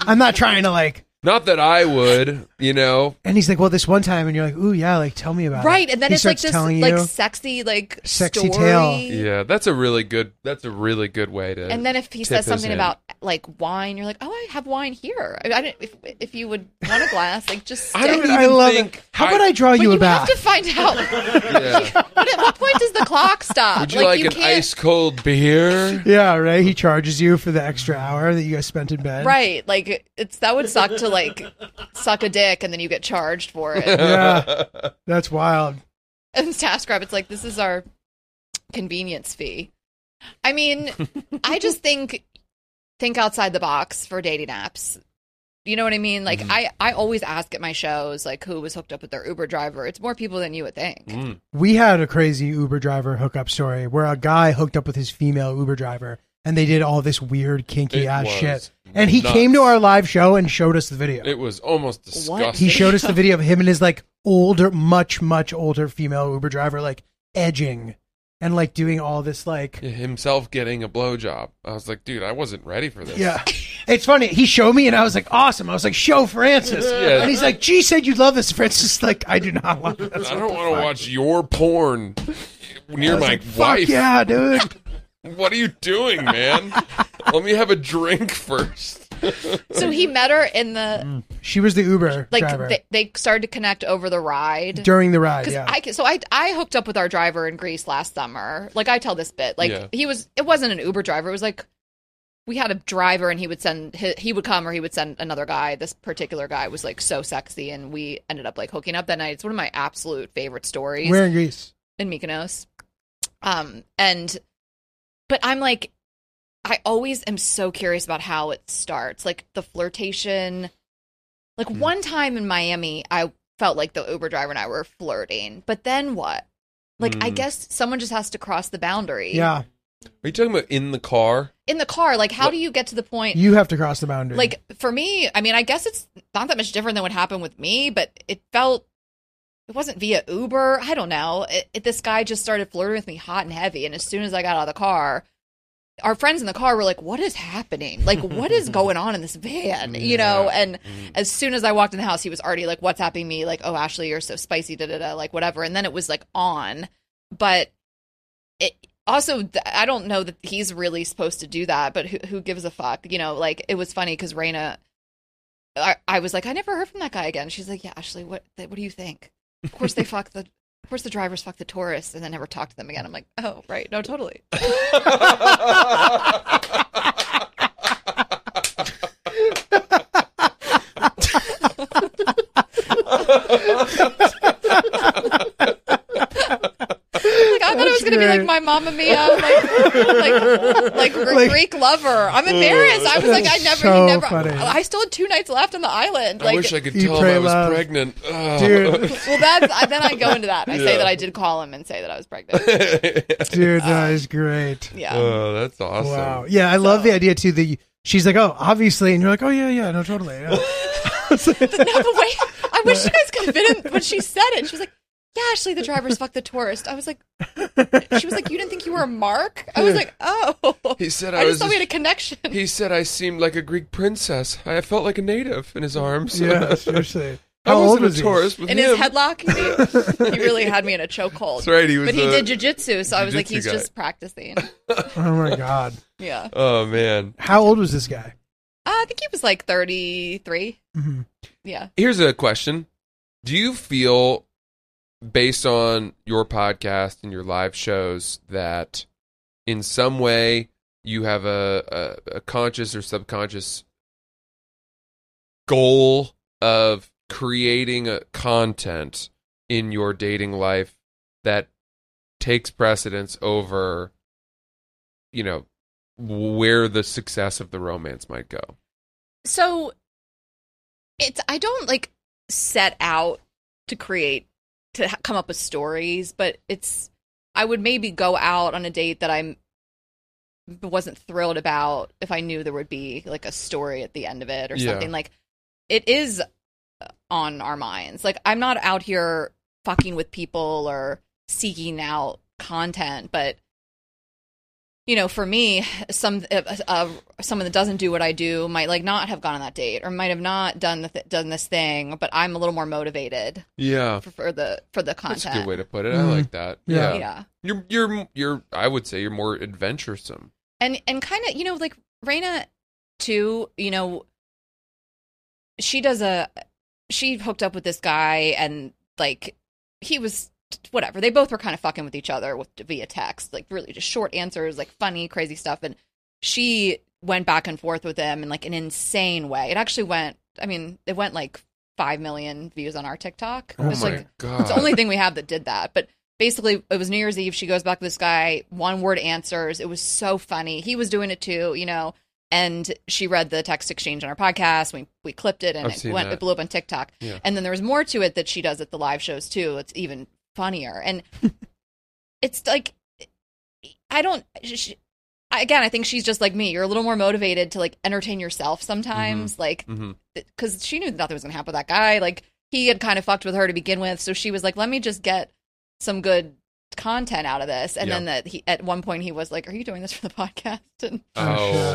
I'm not trying to like
Not that I would, you know.
and he's like, well, this one time, and you're like, ooh yeah, like tell me about it.
Right, and then
He
it's like
starts
this
telling
like
you.
sexy like
Sexy
story.
tale.
Yeah, that's a really good. That's a really good way to.
And then if he
tip
says
his
something
hand.
about like wine, you're like, "Oh, I have wine here." I, I don't if if you would want a glass, like just
I don't
stick.
even
I love it.
think
How
I-
about I draw
But
you a
you have
bath?
to find out.
yeah.
but at what point does the clock stop?
would you like, an ice cold beer?
yeah, right. He charges you for the extra hour that you guys spent in bed.
Right, like it's that would suck to like suck a dick and then you get charged for it.
Yeah, that's wild.
and TaskRabbit's it's like this is our convenience fee. I mean, I just think think outside the box for dating apps. You know what I mean? Like I I always ask at my shows like who was hooked up with their Uber driver. It's more people than you would think.
Mm.
We had a crazy Uber driver hookup story where a guy hooked up with his female Uber driver, and they did all this weird kinky
It
ass
was
shit. And he
nuts.
came to our live show and showed us the video.
It was almost disgusting.
he showed us the video of him and his like older, much much older female Uber driver like edging and like doing all this like
himself getting a blowjob. I was like, dude, I wasn't ready for this.
Yeah. It's funny. He showed me, and I was like, awesome. I was like, show Francis.
Yeah.
And he's like, G said you love this. Francis is like, I do not love this.
I don't want to watch your porn near my wife.
Fuck yeah, dude.
What are you doing, man? Let me have a drink first.
So he met her in the
She was the Uber driver
like they, they started to connect over the ride.
during the ride.
Because
Yeah.
I can- so I I hooked up with our driver in Greece last summer. Like I tell this bit, like
Yeah.
he was it wasn't an Uber driver. It was like we had a driver and he would send he, he would come or he would send another guy. This particular guy was like so sexy and we ended up like hooking up that night. It's one of my absolute favorite stories
We're in Greece.
in Mykonos. Um, and but I'm like, I always am so curious about how it starts, like the flirtation. Like one time in Miami, I felt like the Uber driver and I were flirting, but then what? Like I
Mm.
guess someone just has to cross the boundary.
Yeah.
Are you talking about in the car?
In the car, like how do you get to the point?
You have to cross the boundary.
like for me, I mean, I guess it's not that much different than what happened with me, but it felt it wasn't via Uber. I don't know. It, it, this guy just started flirting with me hot and heavy, and as soon as I got out of the car, our friends in the car were like, "What is happening? Like, what is going on in this van?" You know.
Yeah.
And as soon as I walked in the house, he was already like, "What's happening?" Me like, "Oh, Ashley, you're so spicy." Da da da. Like whatever. And then it was like on, but it also th- I don't know that he's really supposed to do that, but who who gives a fuck? You know, like it was funny because Raina, I, I was like, I never heard from that guy again. She's like, Yeah, Ashley, what th- what do you think? Of course they fuck the. Of course, the drivers fuck the tourists, and then never talk to them again. I'm like, oh, right, no, totally. Like, I thought it was
That's
gonna be like
great.
my Mamma Mia, like, like, like, Gr-
Like-
Greek lover. I'm embarrassed. I was like, I
That's
never,
so
he never.
funny.
I still had two nights left on the island.
I
Like,
wish I could
Eat,
tell
pray,
him I was
love.
pregnant. Ugh.
dude,
well, that's I, then I go into that. and I
Yeah.
say that I did call him and say that I was pregnant.
dude, that is great.
Yeah.
oh, that's awesome.
Wow. Yeah. I love the idea, too, that you, she's like, oh, obviously. And you're like, oh, yeah, yeah. No, totally. yeah."
no, but wait, I wish you guys could have been in when she said it. She was like, Yeah, Ashley, the driver's fucked the tourist. I was like, She was like, You didn't think you were a mark? I was like, Oh.
He said I,
I
was.
just thought we
his-
had a connection.
he said I seemed like a Greek princess. I felt like a native in his arms.
yeah, seriously.
I
How old
wasn't
was
a
he?
tourist with
In
him.
his headlock, he, he really had me in a chokehold.
That's right. He was.
But he
a-
did jujitsu, so I was like,
jujitsu
He's
guy.
just practicing.
Oh, my God.
Yeah.
Oh man.
How old was this guy?
Uh, I think he was like 33.
Mhm.
Yeah.
Here's a question. Do you feel based on your podcast and your live shows that in some way you have a a, a conscious or subconscious goal of creating a content in your dating life that takes precedence over you know where the success of the romance might go.
So it's I don't like set out to create to ha- come up with stories, but it's I would maybe go out on a date that I'm wasn't thrilled about if I knew there would be like a story at the end of it or
Yeah.
something like it is uh, on our minds. Like I'm not out here fucking with people or seeking out content, but you know, for me, some uh, uh, someone that doesn't do what I do might like not have gone on that date or might have not done the th- done this thing, but I'm a little more motivated
Yeah.
for, for the for the content.
That's a good way to put it.
Mhm.
I like that.
Yeah.
Yeah.
yeah.
You're you're you're I would say you're more adventuresome.
and and kind of you know like Raina too you know she does a she hooked up with this guy and like he was whatever they both were kind of fucking with each other with via text like really just short answers like funny crazy stuff and she went back and forth with him in like an insane way it actually went i mean it went like 5 million views on our tiktok it
Oh
was
my
like
god.
it's the only thing we have that did that. But basically, it was New Year's Eve. She goes back to this guy, one word answers. It was so funny. He was doing it too, you know. And she read the text exchange on our podcast. We we clipped it and
I've
it
seen
went.
that.
It blew up on TikTok.
Yeah.
And then there was more to it that she does at the live shows too. It's even funnier. And it's like I don't. She, again, I think she's just like me. You're a little more motivated to like entertain yourself sometimes. Like
hmm
because she knew nothing was going to happen with that guy. Like he had kind of fucked with her to begin with, so she was like, "Let me just get some good content out of this." And
Yeah.
then that he at one point he was like, "Are you doing this for the podcast?" And,
Oh,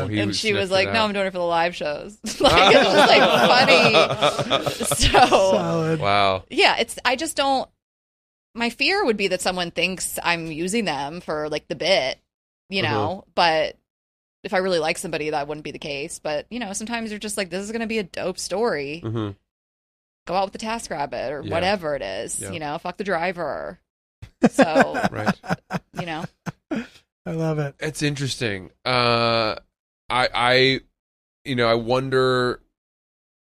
Oh,
shit.
he
and she was like,
sniffing
"No,
out.
I'm doing it for the live shows." like it's just like funny. So
Solid.
Wow.
yeah, it's I just don't. My fear would be that someone thinks I'm using them for like the bit, you know, but. If I really like somebody, that wouldn't be the case. But you know, sometimes you're just like, "This is going to be a dope story,"
hmm
go out with the task rabbit or
Yeah.
whatever it is
Yeah.
you know fuck the driver so
Right.
you know
I love it.
That's interesting. Uh, I, I, you know, I wonder,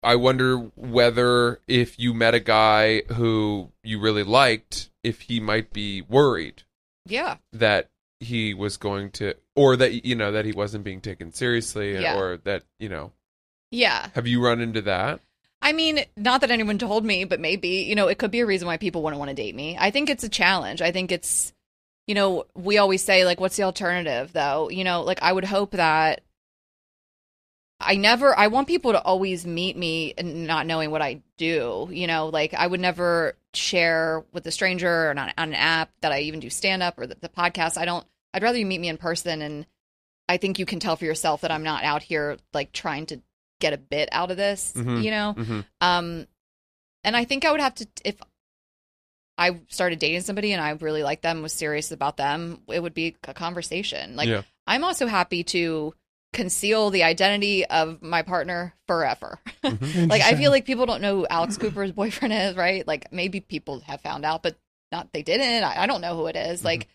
I wonder whether if you met a guy who you really liked, if he might be worried
yeah
that he was going to, or that you know that he wasn't being taken seriously,
Yeah.
or that you know,
yeah
have you run into that?
i mean not that anyone told me but maybe you know it could be a reason why people wouldn't want to date me i think it's a challenge i think it's you know we always say like what's the alternative though you know like i would hope that I never I want people to always meet me and not knowing what I do, you know, like I would never share with a stranger or not on an app that I even do stand up or the, the podcast. I don't I'd rather you meet me in person and I think you can tell for yourself that I'm not out here like trying to get a bit out of this,
Mhm.
you know.
Mhm.
Um and I think I would have to if I started dating somebody and I really liked them, was serious about them, it would be a conversation. Like
yeah,
I'm also happy to conceal the identity of my partner forever. like I feel like people don't know who Alex Cooper's boyfriend is, right? Like maybe people have found out, but not they didn't. I, I don't know who it is. Like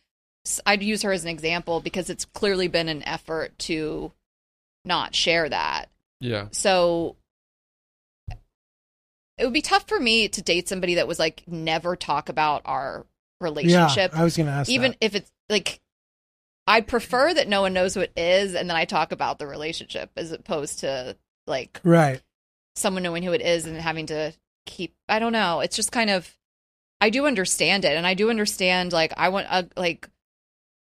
s- I'd use her as an example because it's clearly been an effort to not share that.
yeah,
So it would be tough for me to date somebody that was like never talk about our relationship
Yeah, I was going to ask.
even if it's like i prefer that no one knows what is and then i talk about the relationship as opposed to like
that. right.
someone knowing who it is and having to keep i don't know it's just kind of i do understand it and i do understand like i want a like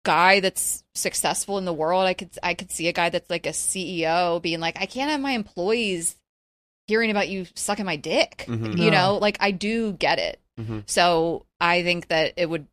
guy that's successful in the world i could i could see a guy that's like a ceo being like i can't have my employees hearing about you sucking my dick
Mhm.
you
No.
know like i do get it
Mhm.
so i think that it would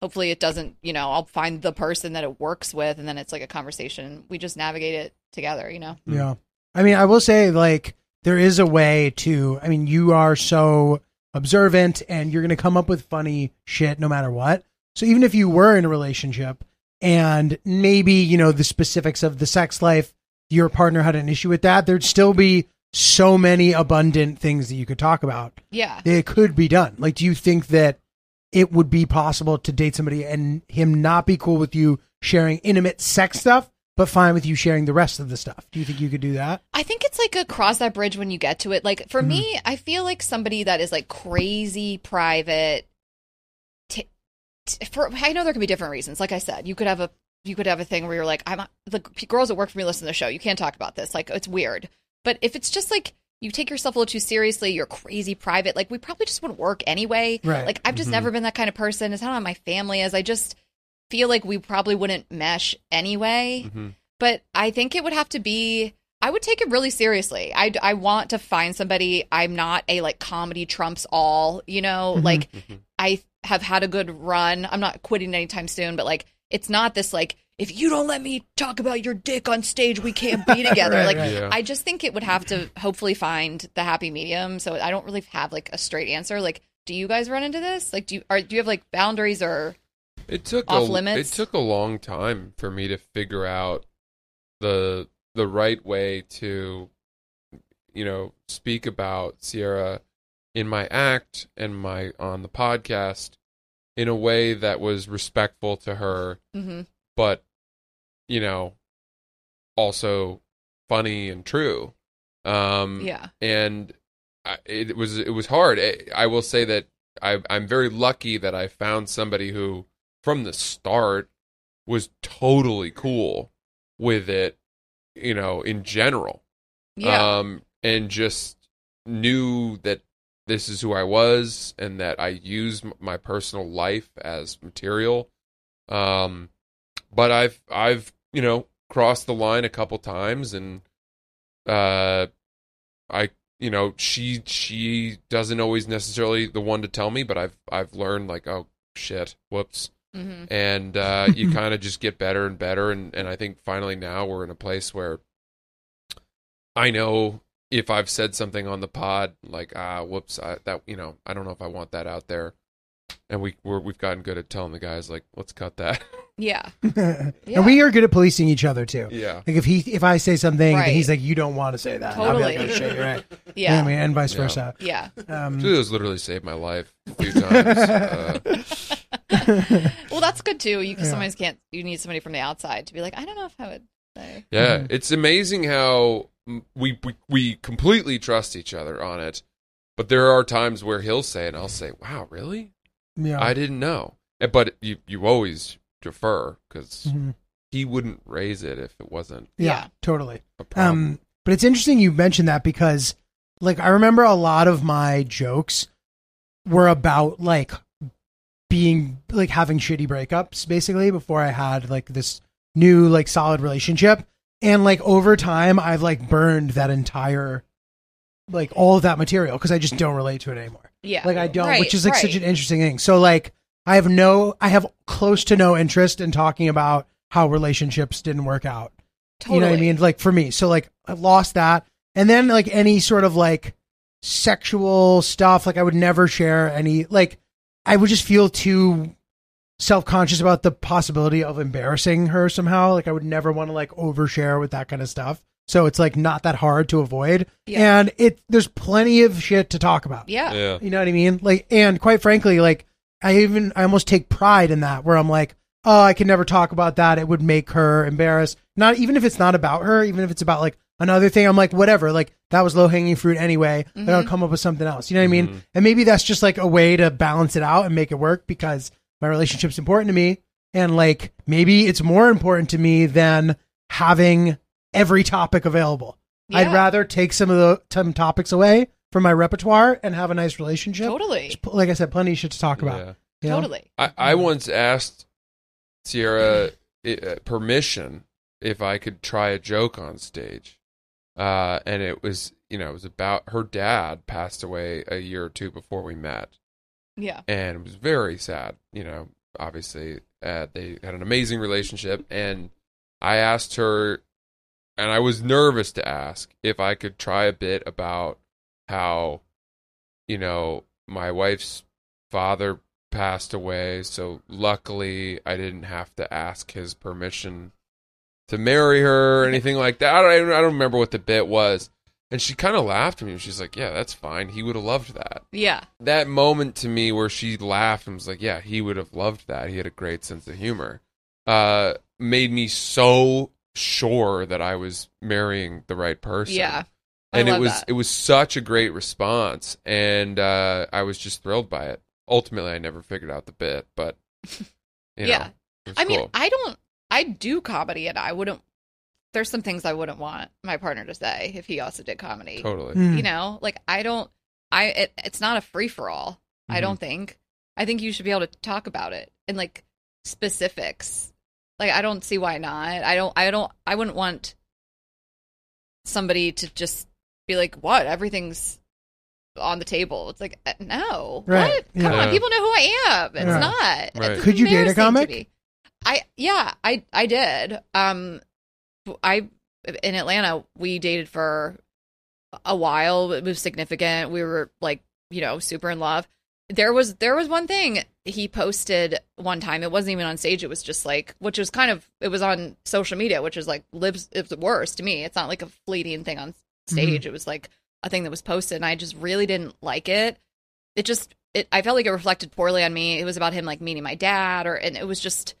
hopefully it doesn't you know i'll find the person that it works with and then it's like a conversation we just navigate it together you know
Mm.
Yeah. I mean, I will say, like, there is a way to, I mean, you are so observant and you're going to come up with funny shit no matter what. So even if you were in a relationship and maybe, you know, the specifics of the sex life, your partner had an issue with that, there'd still be so many abundant things that you could talk about.
yeah
It could be done. Like, do you think that it would be possible to date somebody and him not be cool with you sharing intimate sex stuff, but fine with you sharing the rest of the stuff? Do you think you could do that?
I think it's like a cross that bridge when you get to it. Like for me, I feel like somebody that is like crazy private. T- t- for I know there could be different reasons. Like I said, you could have a you could have a thing where you're like, I'm the girls that work for me listen to the show. You can't talk about this. Like it's weird. But if it's just like you take yourself a little too seriously. You're crazy private. Like we probably just wouldn't work anyway.
Right.
Like I've just
Mhm.
never been that kind of person. It's not how my family is. I just feel like we probably wouldn't mesh anyway.
Mm-hmm.
hmm
But I think it would have to be. I would take it really seriously. I, I want to find somebody. I'm not a like comedy trumps all, you know,
Mhm.
like
Mhm.
I have had a good run. I'm not quitting anytime soon, but like it's not this like if you don't let me talk about your dick on stage, we can't be together.
Right,
like
right.
Yeah.
I just think it would have to hopefully find the happy medium. So I don't really have like a straight answer. Like, do you guys run into this? Like, do you are do you have like boundaries or
It took
off
a,
limits?
It took a long time for me to figure out the the right way to, you know, speak about Sierra in my act and my on the podcast in a way that was respectful to her,
Mhm.
but you know, also funny and true. Um,
Mm.
yeah?
and I, it was it was hard. I, I will say that I, I'm very lucky that I found somebody who, from the start, was totally cool with it. You know, in general,
Yeah.
um, and just knew that this is who I was and that I use m- my personal life as material. Um, but I've I've you know crossed the line a couple times and uh, I you know she she doesn't always necessarily the one to tell me, but I've I've learned like oh shit whoops
hmm
and uh, you kind of just get better and better. And, and I think finally now we're in a place where I know if I've said something on the pod, like ah, whoops, I, that you know, I don't know if I want that out there. And we we're, we've gotten good at telling the guys like, let's cut that.
Yeah. Yeah.
And we are good at policing each other too.
yeah,
Like if he if I say something and
Right.
he's like, you don't want to say that. I'll be like,
Totally.
"Oh, shit, you're right.
Yeah.
And, we- and vice
Yeah.
versa.
Yeah.
Um,
Julio's literally saved my life a few times. uh,
Well, that's good too. You
Yeah.
sometimes can't. You need somebody from the outside to be like, I don't know if I would uh, say.
Yeah,
Mhm.
it's amazing how mm, we, we we completely trust each other on it, but there are times where he'll say and I'll say, "Wow, really?
yeah.
I didn't know. Eh, But you you always defer because
Mhm.
he wouldn't raise it if it wasn't
yeah,
Yeah.
totally.
a problem.
Um, but it's interesting you mentioned that because, like, I remember a lot of my jokes were about like being like having shitty breakups basically before I had like this new like solid relationship, and like over time I've like burned that entire like all of that material because I just don't relate to it anymore.
Yeah.
Like I don't,
Right,
which is like such
right.
an interesting thing. So like I have no, I have close to no interest in talking about how relationships didn't work out.
totally.
You know what I mean? Like for me. So like I lost that. And then like any sort of like sexual stuff, like I would never share any like I would just feel too self conscious about the possibility of embarrassing her somehow. Like I would never want to like overshare with that kind of stuff. So it's like not that hard to avoid.
Yeah.
And it there's plenty of shit to talk about.
Yeah.
yeah,
You know what I mean? Like, and quite frankly, like, I even, I almost take pride in that where I'm like, oh, I can never talk about that. It would make her embarrassed. Not, even if it's not about her, even if it's about like another thing, I'm like, whatever. Like, that was low hanging fruit anyway. Like, I'll come up with something else. You know what I mean? And maybe that's just like a way to balance it out and make it work because my relationship's important to me. And like, maybe it's more important to me than having every topic available. I'd
Yeah.
rather take some of the some topics away from my repertoire and have a nice relationship.
Totally.
There's, Like I said, plenty of shit to talk about. Mm-hmm.
Yeah.
you know?
Totally.
I I once asked Sierra i- uh, permission if I could try a joke on stage, uh, and it was you know it was about her dad passed away a year or two before we met,
Yeah.
and it was very sad. You know, obviously, uh, they had an amazing relationship, and I asked her, and I was nervous to ask if I could try a bit about how, you know, my wife's father passed away, so luckily I didn't have to ask his permission to marry her or anything like that. I don't, I don't- I don't remember what the bit was. And she kind of laughed at me. and She's like, "Yeah, that's fine. He would have loved that."
Yeah.
that moment to me where she laughed and was like, "Yeah, he would have loved that. He had a great sense of humor." Uh, made me so sure that I was marrying the right person.
Yeah. I
and it
love
was
that.
it was such a great response, and uh, I was just thrilled by it. Ultimately, I never figured out the bit, but you know,
Yeah.
it was
I mean,
cool.
I don't. I do comedy, and I wouldn't there's some things I wouldn't want my partner to say if he also did comedy.
Totally.
Mm.
You know, like I don't, I it, it's not a free for all. I don't
Mm-hmm.
think. I think you should be able to talk about it and like specifics. Like I don't see why not. I don't. I don't. I wouldn't want somebody to just be like, "What? Everything's on the table." It's like, uh, no.
Right.
What? Come
Yeah.
on. People know who I am. It's
Yeah.
not. It's
Right.
Could you date a
embarrassing to
comic?
me. I yeah. I I did. Um, I in Atlanta we dated for a while. It was significant. We were like, you know, super in love. There was there was one thing he posted one time. It wasn't even on stage. It was just like, which was kind of it was on social media, which is like lives. It's the worst to me. It's not like a fleeting thing on stage. It was like a thing that was posted, and I just really didn't like it. It just it. I felt like it reflected poorly on me. It was about him like meeting my dad, or and it was just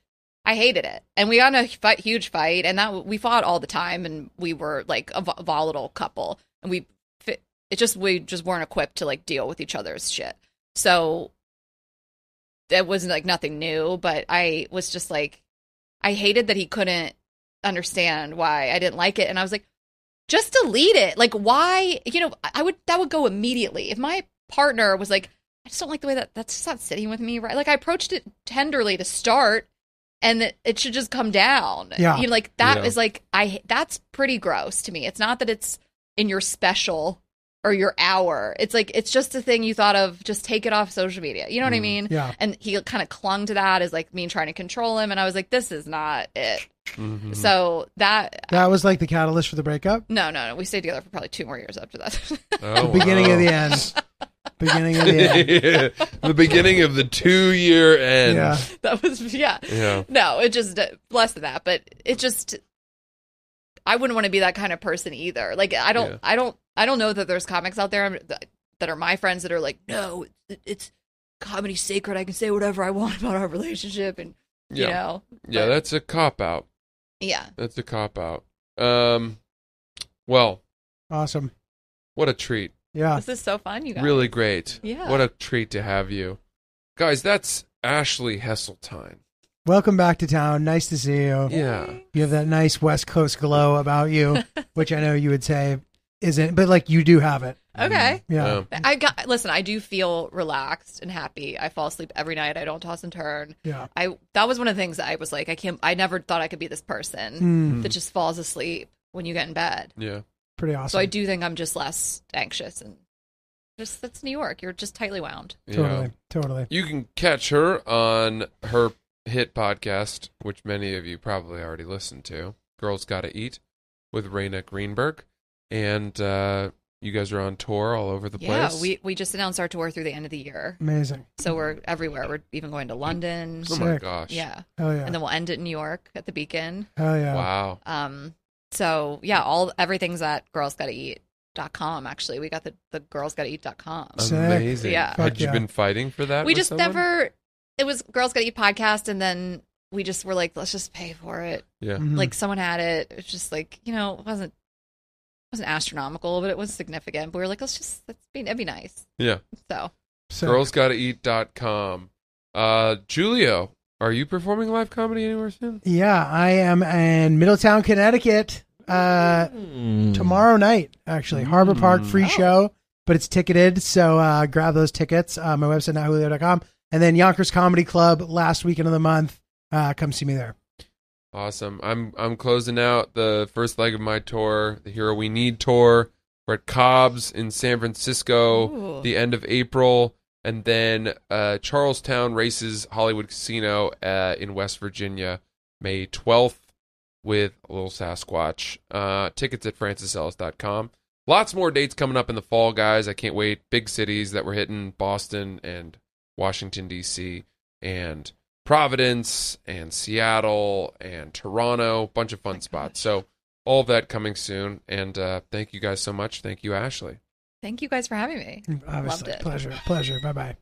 I hated it. And we got in a fight, huge fight, and that we fought all the time, and we were like a vo- volatile couple, and we fi- it just we just weren't equipped to like deal with each other's shit. So that wasn't like nothing new, but I was just like I hated that he couldn't understand why I didn't like it, and I was like, just delete it. Like why? You know, I- I would that would go immediately if my partner was like. I just don't like the way that that's just not sitting with me, right? Like I approached it tenderly to start, and that it should just come down.
Yeah.
you know, like that is
Yeah.
like I that's pretty gross to me. It's not that it's in your special or your hour. It's like it's just a thing you thought of. Just take it off social media. You know what I
Mm.
mean?
Yeah.
And he kind of clung to that as like me trying to control him, and I was like, this is not it.
Hmm.
Mhm.
So that
That was like the catalyst for the breakup.
no, no, no. We stayed together for probably two more years after that.
Oh,
the beginning
wow.
of the end. beginning of the end.
the beginning of the two year end.
Yeah.
that was yeah.
Yeah.
No, it just uh, less than that, but it just I wouldn't want to be that kind of person either. Like I don't
Yeah.
I don't I don't know that there's comics out there that- that are my friends that are like, "No, it's, it's comedy sacred. I can say whatever I want about our relationship and
Yeah.
you know."
Yeah,
but-
that's a cop out.
Yeah.
That's a cop out. Um, well,
Awesome.
what a treat.
Yeah.
This is so fun, you guys.
Really great.
Yeah.
What a treat to have you. Guys, that's Ashley Hesseltine.
Welcome back to town. Nice to see you.
Yeah.
You have that nice West Coast glow about you, which I know you would say isn't, but like you do have it.
Okay.
Yeah.
Um,
I got listen, I do feel relaxed and happy. I fall asleep every night. I don't toss and turn.
Yeah.
I that was one of the things I was like, I can't I never thought I could be this person
Mm,
that just falls asleep when you get in bed.
yeah.
pretty awesome.
So I do think I'm just less anxious and just that's New York. You're just tightly wound.
Yeah.
Totally. Totally.
You can catch her on her hit podcast, which many of you probably already listened to. Girls Gotta Eat with Raina Greenberg. And uh, you guys are on tour all over the
Yeah,
place.
we we just announced our tour through the end of the year,
Amazing.
so we're everywhere. We're even going to London.
oh my
Sick.
gosh.
Yeah,
Hell yeah.
and then we'll end it in New York at the Beacon.
Hell yeah.
Wow.
Um, so yeah, all everything's at girlsgottaeat.com. Actually, we got the the girlsgottaeat.com.
Sick.
Amazing.
Yeah.
Had you
Fuck yeah.
been fighting for Oh, that?
we
with
just
someone?
never. It was Girls Gotta Eat podcast, and then we just were like, let's just pay for it.
Yeah.
Mhm.
like someone had it. It was just like you know, it wasn't it wasn't astronomical, but it was significant. But we were like, let's just let's be that'd be nice.
Yeah.
So
Sick.
girlsgottaeat.com. Uh, Julio, are you performing live comedy anywhere soon?
Yeah. I am in Middletown, Connecticut. Uh, tomorrow night actually harbor park free
Mm. Oh.
show but it's ticketed so uh, grab those tickets uh, my website nowjulio.com and then yonkers comedy club last weekend of the month uh, come see me there
Awesome. I'm I'm closing out the first leg of my tour, the Hero We Need tour. We're at Cobb's in San Francisco,
Ooh.
Oh, the end of April, and then uh, Charlestown Races Hollywood Casino uh, in West Virginia, May 12th with Little Sasquatch. Uh, tickets at francisellis.com. Lots more dates coming up in the fall, guys. I can't wait. Big cities that we're hitting: Boston and Washington D.C. and Providence and Seattle and Toronto, bunch of fun spots. So all of that coming soon. And uh, thank you guys so much. Thank you, Ashley.
thank you guys for having me.
obviously
Loved it.
pleasure pleasure bye-bye